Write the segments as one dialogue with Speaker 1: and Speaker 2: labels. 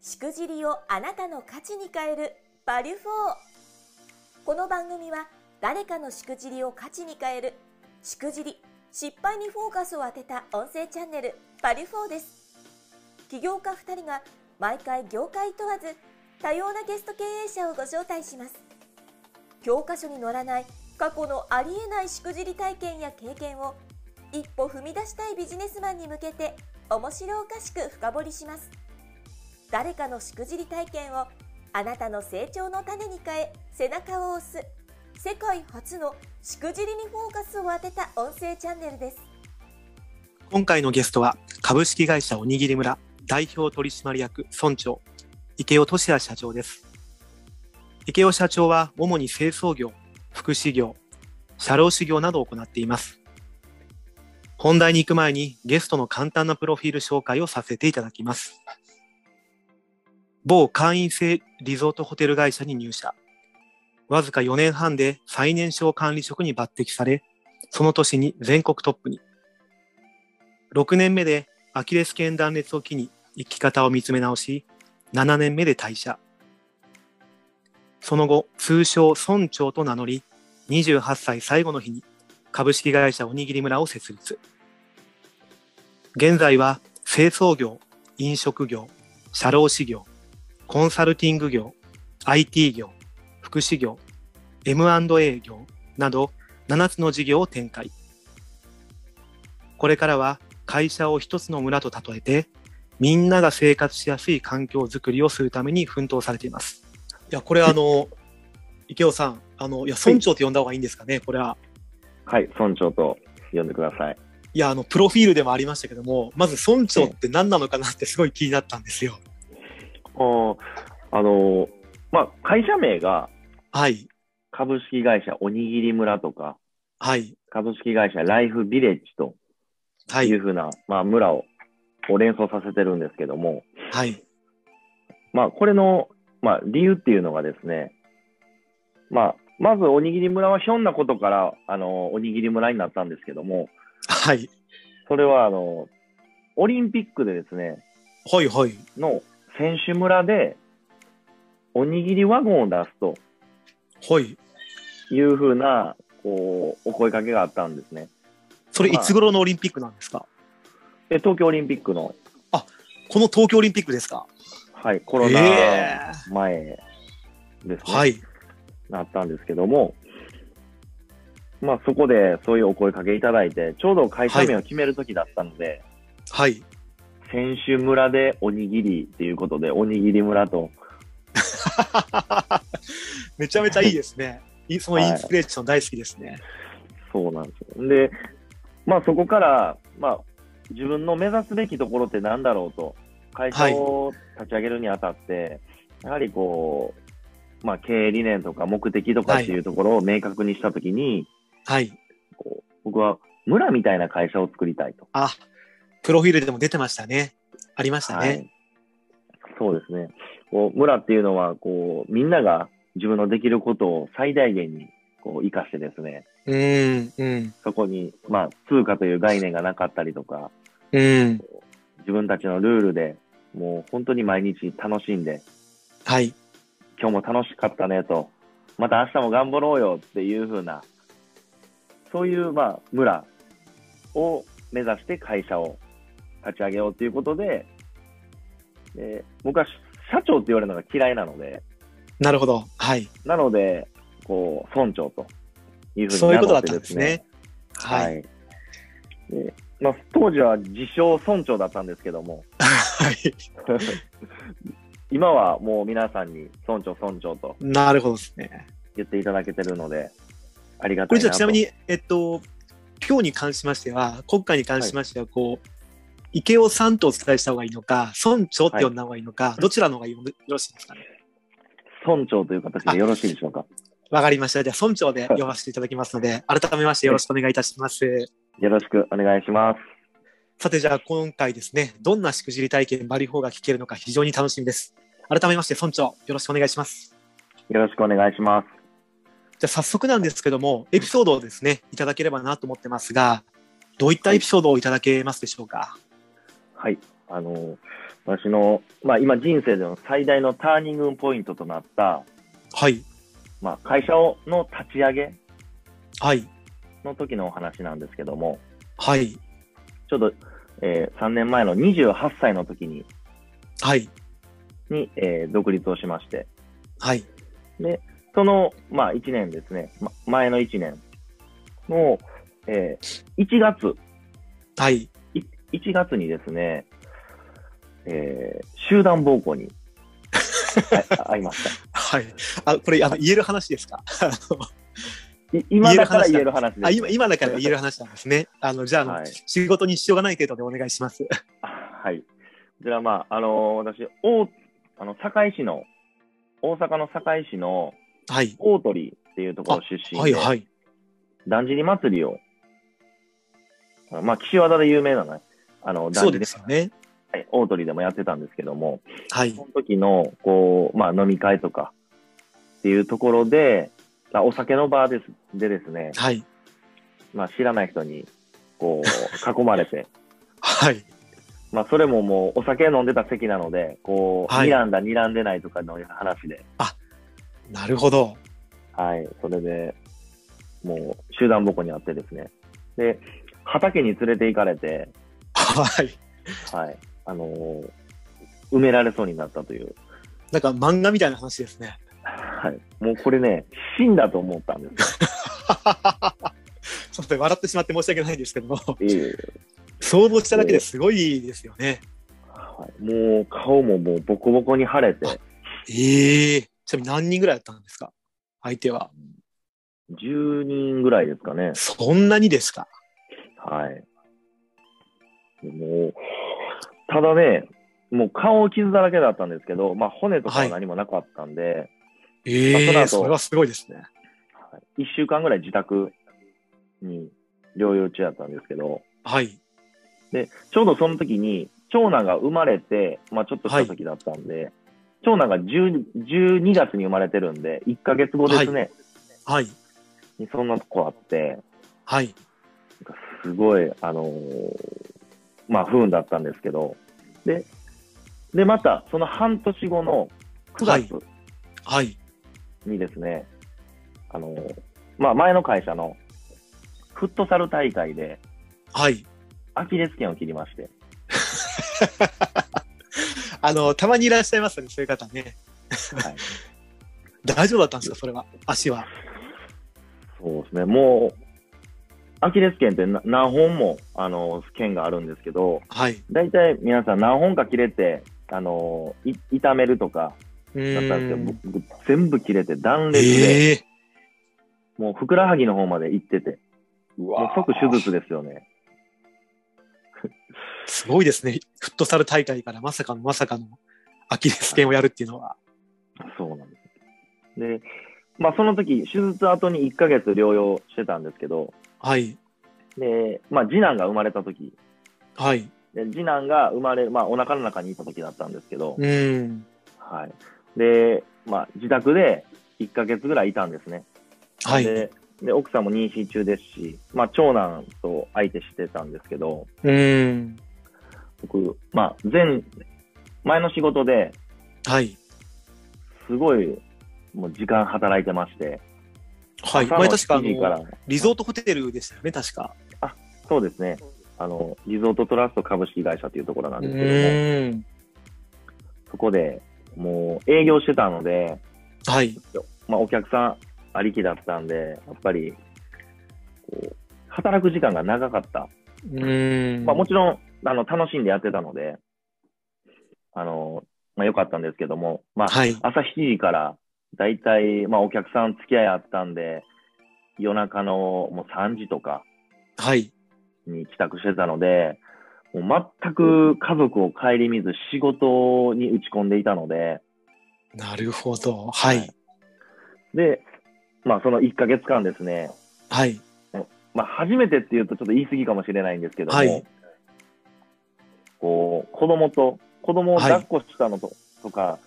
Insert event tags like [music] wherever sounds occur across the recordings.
Speaker 1: しくじりをあなたの価値に変えるバリュフォーこの番組は誰かのしくじりを価値に変えるしくじり失敗にフォーカスを当てた音声チャンネルバリュフォーです起業家2人が毎回業界問わず多様なゲスト経営者をご招待します教科書に載らない過去のありえないしくじり体験や経験を一歩踏み出したいビジネスマンに向けて面白おかしく深掘りします誰かのしくじり体験をあなたの成長の種に変え背中を押す世界初のしくじりにフォーカスを当てた音声チャンネルです
Speaker 2: 今回のゲストは株式会社おにぎり村代表取締役村長池尾俊也社長です池尾社長は主に清掃業福祉業社労士業などを行っています本題に行く前にゲストの簡単なプロフィール紹介をさせていただきます某会員制リゾートホテル会社に入社わずか4年半で最年少管理職に抜擢されその年に全国トップに6年目でアキレス腱断裂を機に生き方を見つめ直し、7年目で退社。その後、通称村長と名乗り、28歳最後の日に株式会社おにぎり村を設立。現在は清掃業、飲食業、社労士業、コンサルティング業、IT 業、福祉業、M&A 業など7つの事業を展開。これからは会社を一つの村と例えて、みんなが生活しやすい環境づくりをするために奮闘されています。いや、これあの、池尾さん、あの、いや、村長って呼んだ方がいいんですかね、これは。
Speaker 3: はい、村長と呼んでください。
Speaker 2: いや、あの、プロフィールでもありましたけども、まず村長って何なのかなってすごい気になったんですよ。
Speaker 3: あーあのーまあ、会社名が
Speaker 2: はい、
Speaker 3: 株式会社おにぎり村とか、
Speaker 2: はい、
Speaker 3: 株式会社ライフビレッジと
Speaker 2: はいい、
Speaker 3: うふうな、まあ、村をを連想させてるんですけども、
Speaker 2: はい、
Speaker 3: まあ、これの、まあ、理由っていうのがですね、まあ、まずおにぎり村はひょんなことから、あのーおにぎり村になったんですけども、
Speaker 2: はい、
Speaker 3: それはあのーオリンピックでですね、
Speaker 2: ほいほい。
Speaker 3: の選手村でおにぎりワゴンを出すと、
Speaker 2: ほい。
Speaker 3: いうふうな、こう、お声かけがあったんですね。
Speaker 2: それい
Speaker 3: まあ
Speaker 2: つ頃のオリンピックなんですか
Speaker 3: で、東京オリンピックの、
Speaker 2: この東京オリンピックですか
Speaker 3: はい、コロナ
Speaker 2: え
Speaker 3: 前ですね、
Speaker 2: はい、
Speaker 3: なったんですけども、まあそこでそういうお声かけいただいて、ちょうど会社名を決める時だったので、
Speaker 2: はい。
Speaker 3: 選手村でおにぎりっていうことで、おにぎり村と、
Speaker 2: めちゃめちゃいいですね。いそのインスピレーション大好きですね。
Speaker 3: そうなんですよ。で、まあそこから、まあ自分の目指すべきところってなんだろうと、会社を立ち上げるにあたって、やはりこう、まあ経営理念とか目的とかっていうところを明確にしたときに、
Speaker 2: はい。
Speaker 3: こう僕は村みたいな会社を作りたいと。
Speaker 2: あ、プロフィールでも出てましたね。ありましたね。
Speaker 3: はい。そうですね。こう村っていうのは、こう、みんなが自分のできることを最大限に、こう、生かしてですね、
Speaker 2: うーん、うん、
Speaker 3: そこに、まあ、通貨という概念がなかったりとか、
Speaker 2: うん。
Speaker 3: 自分たちのルールでもう本当に毎日楽しんで、
Speaker 2: はい。
Speaker 3: 今日も楽しかったねと、また明日も頑張ろうよっていう風な、そういうまあ村を目指して会社を立ち上げようということで、で僕は社長って言われるのが嫌いなので、
Speaker 2: なるほど。はい。
Speaker 3: なので、こう、村長という風
Speaker 2: そう
Speaker 3: に
Speaker 2: いう
Speaker 3: 名
Speaker 2: ことだ
Speaker 3: 乗
Speaker 2: っ
Speaker 3: って
Speaker 2: たん
Speaker 3: で
Speaker 2: です
Speaker 3: すね
Speaker 2: ね。。は。
Speaker 3: はいい。でまあ、当時は自称村長だったんですけども、
Speaker 2: はい。 [laughs]
Speaker 3: [laughs] 今はもう皆さんに村長村長と
Speaker 2: なるほどですね。
Speaker 3: 言っていただけてるので、ありが
Speaker 2: こ
Speaker 3: た
Speaker 2: れ
Speaker 3: い
Speaker 2: じゃ
Speaker 3: な
Speaker 2: あ
Speaker 3: と。
Speaker 2: ちなみに、えっと、今日に関しましては、今回に関しましては、こう、池尾さんとお伝えした方がいいのか、村長って呼んだ方がいいのか、どちらの方がよろしいですかね。
Speaker 3: 村長という形でよろしいでしょうか。
Speaker 2: わかりました。じゃあ村長で呼ばせていただきますので、改めましてよろしくお願いいたします。
Speaker 3: よろしくお願いします。
Speaker 2: さてじゃあ今回ですね、どんなしくじり体験バリフォーが聞けるのか非常に楽しみです。改めまして村長、よろしくお願いします。
Speaker 3: よろしくお願いします。
Speaker 2: じゃあ早速なんですけども、エピソードをですね、いただければなと思ってますが、どういったエピソードをいただけますでしょうか。
Speaker 3: はい。あの、私の、まあ今人生での最大のターニングポイントとなった、
Speaker 2: はい。
Speaker 3: まあ会社をの立ち上げ
Speaker 2: はい。
Speaker 3: の時のお話なんですけども、
Speaker 2: はい。
Speaker 3: ちょうど、えー3年前の28歳の時に、
Speaker 2: はい。
Speaker 3: に、えー独立をしまして、
Speaker 2: はい。
Speaker 3: その、まあ1年ですね、ま、前の1年の、えー1月、
Speaker 2: はい。
Speaker 3: い1月にですね、えー集団暴行
Speaker 2: [laughs]
Speaker 3: に、ああいました。
Speaker 2: はい。あ、これ、あの、言える話です [laughs] かあの
Speaker 3: い今だから言える話です。
Speaker 2: あ今、今だから言える話なんですね。あの、じゃああの、
Speaker 3: はい。
Speaker 2: 仕事に支障がない程度でお願いします。
Speaker 3: あはい。こちら、まあ、あのー私、大、あの、堺市の、大阪の堺市の
Speaker 2: はい。
Speaker 3: 大鳥っていうところ出身で、
Speaker 2: はい、はい。
Speaker 3: だんじり祭りを、あまあ、岸和田で有名なね、あの、だ
Speaker 2: そ
Speaker 3: ん
Speaker 2: う
Speaker 3: じり
Speaker 2: ですよね。
Speaker 3: はい大鳥でもやってたんですけども、
Speaker 2: はい
Speaker 3: そ。の時の、こう、まあ、飲み会とかっていうところで、あお酒のバーです、でですね、
Speaker 2: はい。
Speaker 3: まあ、知らない人に、こう、囲まれて、
Speaker 2: はい。
Speaker 3: まあ、それももう、お酒飲んでた席なので、こう、
Speaker 2: はい
Speaker 3: 睨んだ、睨んでないとかの話で、
Speaker 2: なるほど。
Speaker 3: はい、それで、もう、集団ぼこにあってですね。で、畑に連れて行かれて、
Speaker 2: はい。
Speaker 3: はい、あのー埋められそうになったという。
Speaker 2: なんか漫画みたいな話ですね。
Speaker 3: はい、もうこれね、死んだと思ったんです
Speaker 2: ちょっと笑ってしまって申し訳ないんですけども、
Speaker 3: よ。いえいえ
Speaker 2: 想像しただけですごいですよね。
Speaker 3: はい、もう、顔ももう、ボコボコに腫れて、
Speaker 2: ええちなみに何人ぐらいだったんですか相手は。
Speaker 3: 10人ぐらいですかね。
Speaker 2: そんなにですか
Speaker 3: はい。もう、ただね、もう顔傷だらけだったんですけど、まあ骨とかは何もなかったんで、
Speaker 2: ええ
Speaker 3: まあその後
Speaker 2: それはすごいですね。
Speaker 3: はい1週間ぐらい自宅に療養中だったんですけど、
Speaker 2: はい。
Speaker 3: で、ちょうどその時に、長男が生まれて、まあちょっとした時だったんで、長男が10 12月に生まれてるんで、1ヶ月後ですね、
Speaker 2: はい。
Speaker 3: にそんなとこあって、
Speaker 2: はい。
Speaker 3: すごい、あのーまあ、不運だったんですけど、で、で、また、その半年後の9月
Speaker 2: はい。
Speaker 3: にですね、あのーまあ、前の会社のフットサル大会で
Speaker 2: はい。
Speaker 3: アキレス腱を切りま
Speaker 2: [laughs]
Speaker 3: して、
Speaker 2: あの、たまにいらっしゃいますよね、そういう方ね。
Speaker 3: はい、
Speaker 2: 大丈夫だったんですかそれは。足は。
Speaker 3: そうですね、もう、アキレス腱ってな何本も、あのー腱があるんですけど、
Speaker 2: はい。
Speaker 3: 大体皆さん何本か切れて、あのーい痛めるとか
Speaker 2: う
Speaker 3: だったんですけ
Speaker 2: ー
Speaker 3: ど
Speaker 2: ん。、
Speaker 3: 僕全部切れて断裂で、
Speaker 2: ええ
Speaker 3: もうふくらはぎの方まで行ってて、
Speaker 2: う
Speaker 3: もう即手術ですよね。
Speaker 2: すごいですね。フットサル大会からまさかのまさかのアキレス腱をやるっていうのは。
Speaker 3: そうなんです。で、まあその時、手術後に1ヶ月療養してたんですけど、
Speaker 2: はい。
Speaker 3: で、まあ次男が生まれた時、
Speaker 2: はい。
Speaker 3: で次男が生まれ、まあお腹の中にいた時だったんですけど
Speaker 2: う、ーん。
Speaker 3: はい。で、まあ自宅で1ヶ月ぐらいいたんですね。
Speaker 2: はい。う
Speaker 3: でで、奥さんも妊娠中ですし、まあ長男と相手してたんですけど、
Speaker 2: ーん。
Speaker 3: 僕、まあ前、前の仕事で、
Speaker 2: はい。
Speaker 3: すごい、もう時間働いてまして。
Speaker 2: はい。
Speaker 3: 朝の
Speaker 2: 前確かあ
Speaker 3: 7時か
Speaker 2: の、
Speaker 3: ら
Speaker 2: リゾートホテルでしたよね、確か。
Speaker 3: そうですね。あの、リゾートトラスト株式会社っていうところなん
Speaker 2: う
Speaker 3: ですけども、
Speaker 2: ーん。
Speaker 3: そこでもう営業してたので、
Speaker 2: はい。
Speaker 3: まあお客さんありきだったんで、やっぱり、こう、働く時間が長かった。
Speaker 2: うーん。
Speaker 3: まあもちろん、あの、楽しんでやってたので、あの、まあ良かったんですけども、まあ、
Speaker 2: はい。
Speaker 3: 朝7時から、だいたい、まあお客さん付き合いあったんで、夜中のもう3時とか、
Speaker 2: はい。
Speaker 3: に帰宅してたので、もう全く家族を顧みず仕事に打ち込んでいたので、
Speaker 2: なるほど。はい。
Speaker 3: で、まあその1ヶ月間ですね、
Speaker 2: はい。
Speaker 3: まあ初めてっていうとちょっと言い過ぎかもしれないんですけども、
Speaker 2: はい
Speaker 3: こう、子供と、子供を抱っこしたのと,、とか、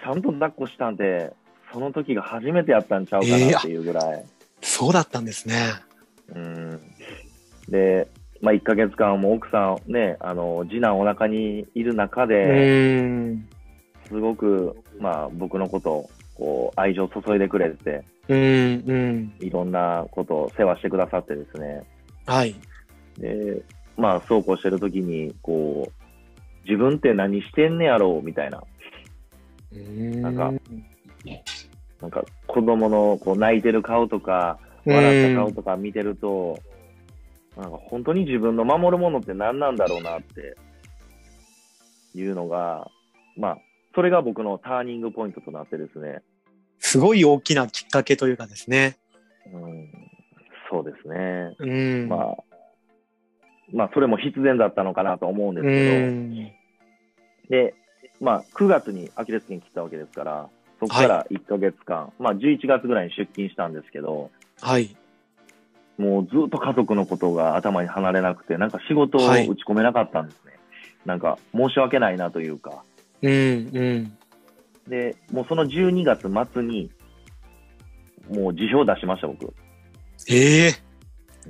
Speaker 3: ちゃんと抱っこしたんで、その時が初めてやったんちゃうかなっていうぐらい。
Speaker 2: そうだったんですね。
Speaker 3: うんで、まあ、1ヶ月間も奥さん、ね、あの次男お腹にいる中
Speaker 2: う
Speaker 3: で、
Speaker 2: ーん。
Speaker 3: すごく、まあ、僕のことをこう愛情を注いでくれて、
Speaker 2: うん。うん。
Speaker 3: いろんなことを世話してくださってですね、
Speaker 2: はい。
Speaker 3: でまあ、そうこうしてる時にこう、自分って何してんねやろうみたいな、
Speaker 2: なん
Speaker 3: かなんか子供のこう泣いてる顔とか、笑った顔とか見てると、なんか本当に自分の守るものって何なんだろうなっていうのが、まあ、それが僕のターニングポイントとなってですね、
Speaker 2: すごい大きなきっかけというかですね。
Speaker 3: うん、そうですね、
Speaker 2: うん。
Speaker 3: まあ、まあ、それも必然だったのかなと思うんです
Speaker 2: う
Speaker 3: け
Speaker 2: ん。
Speaker 3: ど、で、まあ、9月にアキレス腱切ったわけですから、そこから1ヶ月間、まあ、11月ぐらいに出勤したんですけど、
Speaker 2: はい。
Speaker 3: もうずっと家族のことが頭に離れなくて、なんか仕事を打
Speaker 2: はい
Speaker 3: ち込めなかったんですね。なんか申し訳ないなというか。
Speaker 2: うん。うん。
Speaker 3: で、もうその12月末に、もう辞表を出しました、僕。
Speaker 2: ええ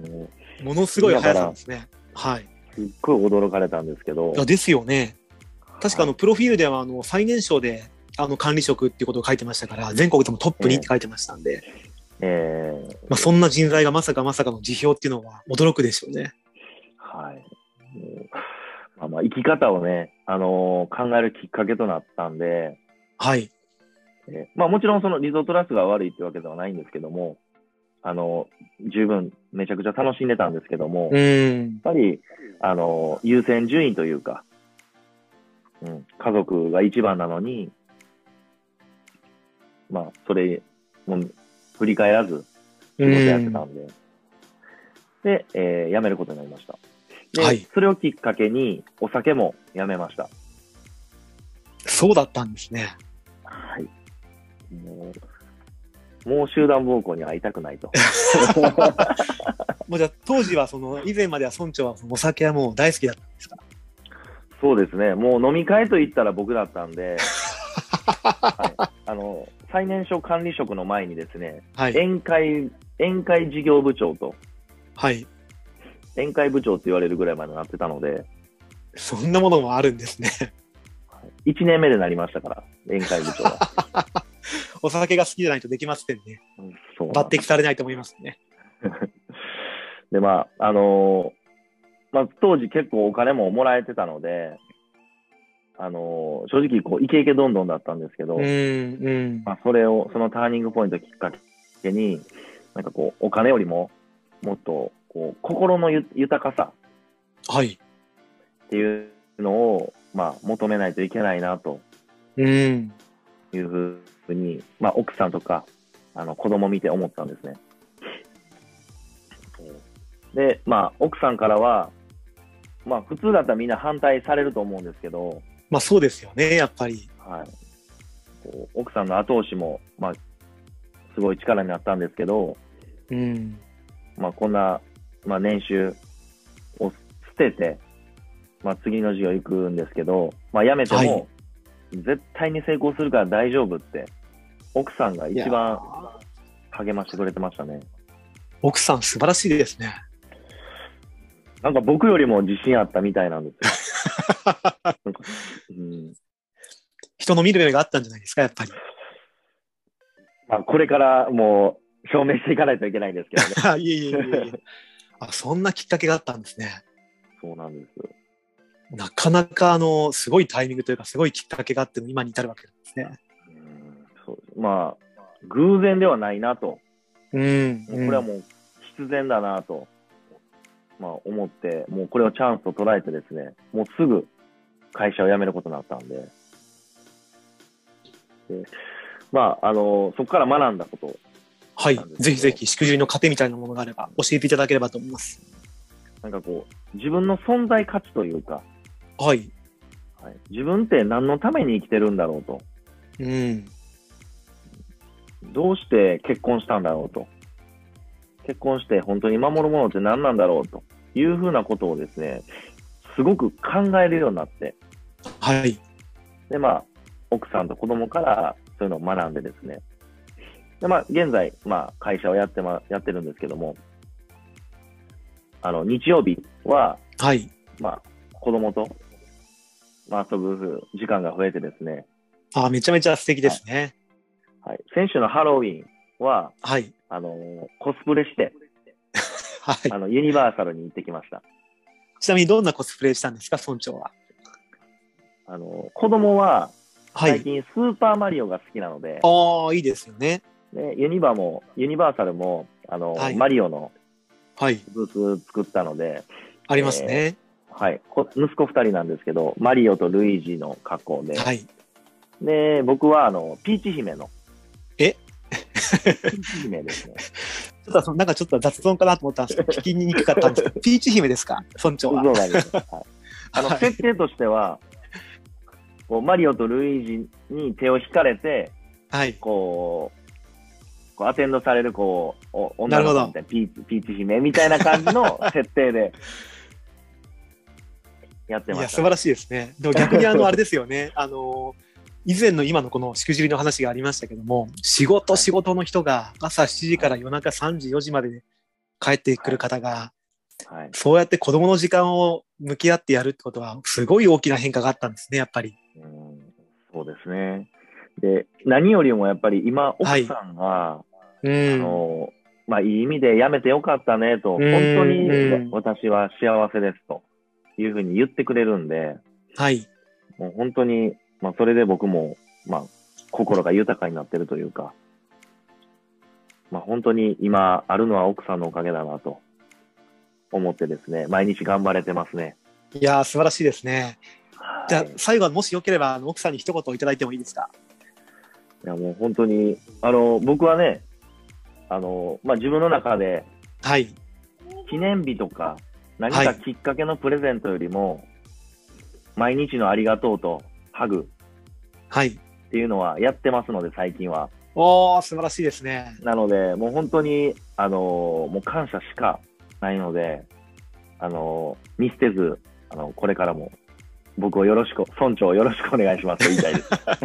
Speaker 3: も
Speaker 2: ものすごい速さですね。はい。
Speaker 3: うすっごい驚かれたんですけど
Speaker 2: い。やですよね。確かあの、
Speaker 3: はい
Speaker 2: プロフィールでは、あの、最年少で、あの、管理職っていうことを書いてましたから、全国でもトップにって書いてましたんで、
Speaker 3: え
Speaker 2: まあ、そんな人材がまさかまさかの辞表っていうのは驚くでしょうね。
Speaker 3: ーはい。もうまあまあ、生き方をね、あのー考えるきっかけとなったんで、
Speaker 2: はい。
Speaker 3: えーまあもちろんそのリゾートラスが悪いってわけではないんですけども、あのー十分めちゃくちゃ楽しんでたんですけども、
Speaker 2: うん。
Speaker 3: やっぱり、あの、優先順位というか、うん、家族が一番なのに、まあ、それ、もう、振り返らず、仕事やってたんで、で、えー辞めることになりました。で、
Speaker 2: はい
Speaker 3: それをきっかけに、お酒も辞めました。
Speaker 2: そうだったんですね。
Speaker 3: はい。もう、もう集団暴行に会いたくないと。 [laughs]
Speaker 2: もうじゃあ当時はその以前までは村長はそのお酒はもう大好きだったんですか。
Speaker 3: そうですね、もう飲み会と言ったら僕だったん [laughs] で、はい、あの最年少管理職の前にですね、
Speaker 2: はい。
Speaker 3: 宴会、宴会事業部長と、
Speaker 2: はい。
Speaker 3: 宴会部長って言われるぐらいまでなってたので、
Speaker 2: そんなものもあるんですね。 [laughs]
Speaker 3: 1年目でなりましたから、宴会部長 [laughs] は。
Speaker 2: お酒が好きじゃないとできませんね。
Speaker 3: うんそうなん
Speaker 2: 抜
Speaker 3: で
Speaker 2: 擢されないと思いますね。
Speaker 3: [laughs] で、まあ、あのーまあ、当時結構お金ももらえてたので、あのー正直、こう、イケイケどんどんだったんですけど、
Speaker 2: うんうん。
Speaker 3: まあ、それを、そのターニングポイントをきっかけに、なんかこう、お金よりも、もっと、こう、心のゆ豊かさ
Speaker 2: はい。
Speaker 3: っていうのを、まあ、求めないといけないなと
Speaker 2: うん。
Speaker 3: いうふうに、まあ、奥さんとか、あの、子供見て思ったんですね。で、まあ、奥さんからは、まあ、普通だったらみんな反対されると思うんですけど、
Speaker 2: まあそうですよね、やっぱり。
Speaker 3: はい。こう奥さんの後押しも、まあ、すごい力になったんですけど、
Speaker 2: うん。
Speaker 3: まあ、こんな、まあ、年収を捨てて、まあ、次の授業行くんですけど、まあ、辞めて
Speaker 2: はい
Speaker 3: も、絶対に成功するから大丈夫って、奥さんが一番励ましてくれてましたね。
Speaker 2: 奥さん素晴らしいですね。
Speaker 3: なんか僕よりも自信あったみたいなんです
Speaker 2: [laughs]
Speaker 3: よ。なんかうん
Speaker 2: 人の見る目があったんじゃないですか、やっぱり。 [laughs]
Speaker 3: まあ、これからもう証明していかないといけないんですけど
Speaker 2: [laughs]
Speaker 3: ね。
Speaker 2: いえいえいえいえ。あ、そんなきっかけがあったんですね。
Speaker 3: そうなんです。
Speaker 2: なかなかあの、すごいタイミングというか、すごいきっかけがあって、今に至るわけなんですね。
Speaker 3: うんそうまあ、偶然ではないなと。
Speaker 2: うん。
Speaker 3: もうこれはもう必然だなと、まあ、思って、もうこれをチャンスと捉えてですね、もうすぐ会社を辞めることになったんで、でまあ、あのそこから学んだこと、
Speaker 2: はい、ぜひぜひ、しくじりの糧みたいなものがあれば、教えていただければと思います。
Speaker 3: なんかこう、自分の存在価値というか、
Speaker 2: はい。
Speaker 3: はい、自分って何のために生きてるんだろうと、
Speaker 2: うん。
Speaker 3: どうして結婚したんだろうと、結婚して本当に守るものって何なんだろうというふうなことをですね、すごく考えるようになって、
Speaker 2: はい。
Speaker 3: で、まあ、奥さんと子供からそういうのを学んでですね。で、まあ、現在、まあ、会社をやってま、やってるんですけども、あの、日曜日は、
Speaker 2: はい。
Speaker 3: まあ、子供と、まあ、遊ぶ時間が増えてですね、
Speaker 2: あ、めちゃめちゃ素敵ですね。
Speaker 3: はい。先週のハロウィンは、
Speaker 2: はい。
Speaker 3: あのーコスプレして、
Speaker 2: はい。
Speaker 3: あの、ユニバーサルに行ってきました。
Speaker 2: ちなみにどんなコスプレしたんですか、村長は。
Speaker 3: あのー子供は、
Speaker 2: は
Speaker 3: 最
Speaker 2: い。
Speaker 3: 近スーパーマリオが好きなので、
Speaker 2: ああ、いいですよね。
Speaker 3: ね、ユニバも、ユニバーサルも、あのー
Speaker 2: はい
Speaker 3: マリオの
Speaker 2: はい。
Speaker 3: ブース作ったので、
Speaker 2: ありますね。
Speaker 3: はい。こ息子二人なんですけど、マリオとルイージの格好で、
Speaker 2: はい。
Speaker 3: で、僕は、あの、ピーチ姫の。
Speaker 2: え
Speaker 3: ピーチ姫で
Speaker 2: [laughs]
Speaker 3: すね。
Speaker 2: ちょっとそのなんかちょっと雑音かなと思ったんですけど、聞きにくかったんです
Speaker 3: [laughs]
Speaker 2: けど、ピーチ姫ですか、村長
Speaker 3: そう
Speaker 2: [laughs] は。
Speaker 3: なんです。はいあの、
Speaker 2: はい
Speaker 3: 設定としては、こう、マリオとルイージに手を引かれて、
Speaker 2: はい。
Speaker 3: こう、こうアテンドされる、こう、お
Speaker 2: な
Speaker 3: 女
Speaker 2: るほ
Speaker 3: の
Speaker 2: ど
Speaker 3: 子みたいな、ピーチ、ピーチ姫みたいな感じの設定で、やっ
Speaker 2: [laughs]
Speaker 3: て
Speaker 2: い
Speaker 3: ま
Speaker 2: や、
Speaker 3: し
Speaker 2: 素
Speaker 3: た。
Speaker 2: 晴らしいですね。でも逆にあの、あれですよね。あの、以前の今のこのしくじりの話がありましたけども、仕事、仕事の人が朝7時から夜中3時、4時まで帰ってくる方が、
Speaker 3: はい。
Speaker 2: そうやって子供の時間を向き合ってやるってことは、すごい大きな変化があったんですね、やっぱり。
Speaker 3: うんそうですね。で、何よりもやっぱり今、奥
Speaker 2: はい
Speaker 3: さんが、
Speaker 2: う
Speaker 3: あ
Speaker 2: ん。
Speaker 3: の、まあ、いい意味でやめてよかったねと、
Speaker 2: う
Speaker 3: 本
Speaker 2: ん
Speaker 3: 当に
Speaker 2: うん
Speaker 3: わ私は幸せですというふうに言ってくれるんで、
Speaker 2: はい。
Speaker 3: もう本当に、まあ、それで僕も、まあ、心が豊かになってるというか、まあ、本当に今あるのは奥さんのおかげだなと思ってですね、毎日頑張れてますね。
Speaker 2: いやー、素晴らしいですね。じゃあ
Speaker 3: はい、
Speaker 2: 最後はもしよければ、あの奥さんに一言いただいてもいいですか。
Speaker 3: いやもう本当に、あの、僕はね、あの、まあ、自分の中で
Speaker 2: はい。
Speaker 3: 記念日とか、何かきっかけのプレゼントよりも、毎日のありがとうとハグ
Speaker 2: はい。
Speaker 3: っていうのはやってますので、最近は。
Speaker 2: おー、素晴らしいです [laughs] ね。
Speaker 3: なので、もう本当に、あのもう感謝しかないので、あの見捨てず、あのこれからも、僕をよろしく、村長をよろしくお願いしますと言いたい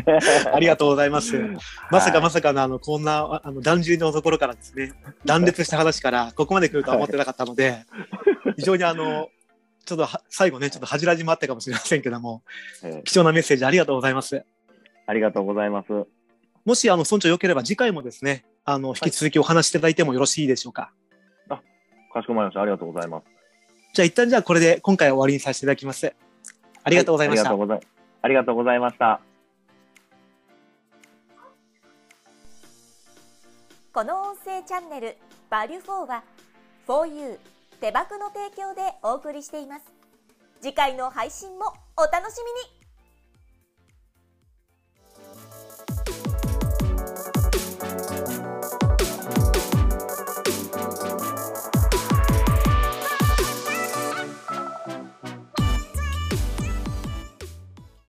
Speaker 3: です。
Speaker 2: ありがとうござい [laughs] ます。まさかまさかのあのこんなああの断じりのところからですね、断裂した話からここまで来るとは思ってなかったの [laughs] で、非常にあの、ちょっとは最後ね、ちょっと恥じらじもあったかもしれませんけども、
Speaker 3: えー
Speaker 2: 貴重なメッセージありがとうございます。
Speaker 3: ありがとうございます。
Speaker 2: もしあの村長よければ次回もですね、あの引き続きお話しいただいてもよろしいでしょうか。
Speaker 3: かしこまりました。ありがとうございます。
Speaker 2: じゃあ一旦じゃあこれで今回は終わりにさせていただきます。あ
Speaker 3: あ
Speaker 2: りがとうございまし
Speaker 3: あ
Speaker 2: た
Speaker 3: り。がとうございありがとうございました。
Speaker 1: この音声チャンネル「バリュフォーは「4U 手箱の提供でお送りしています次回の配信もお楽しみに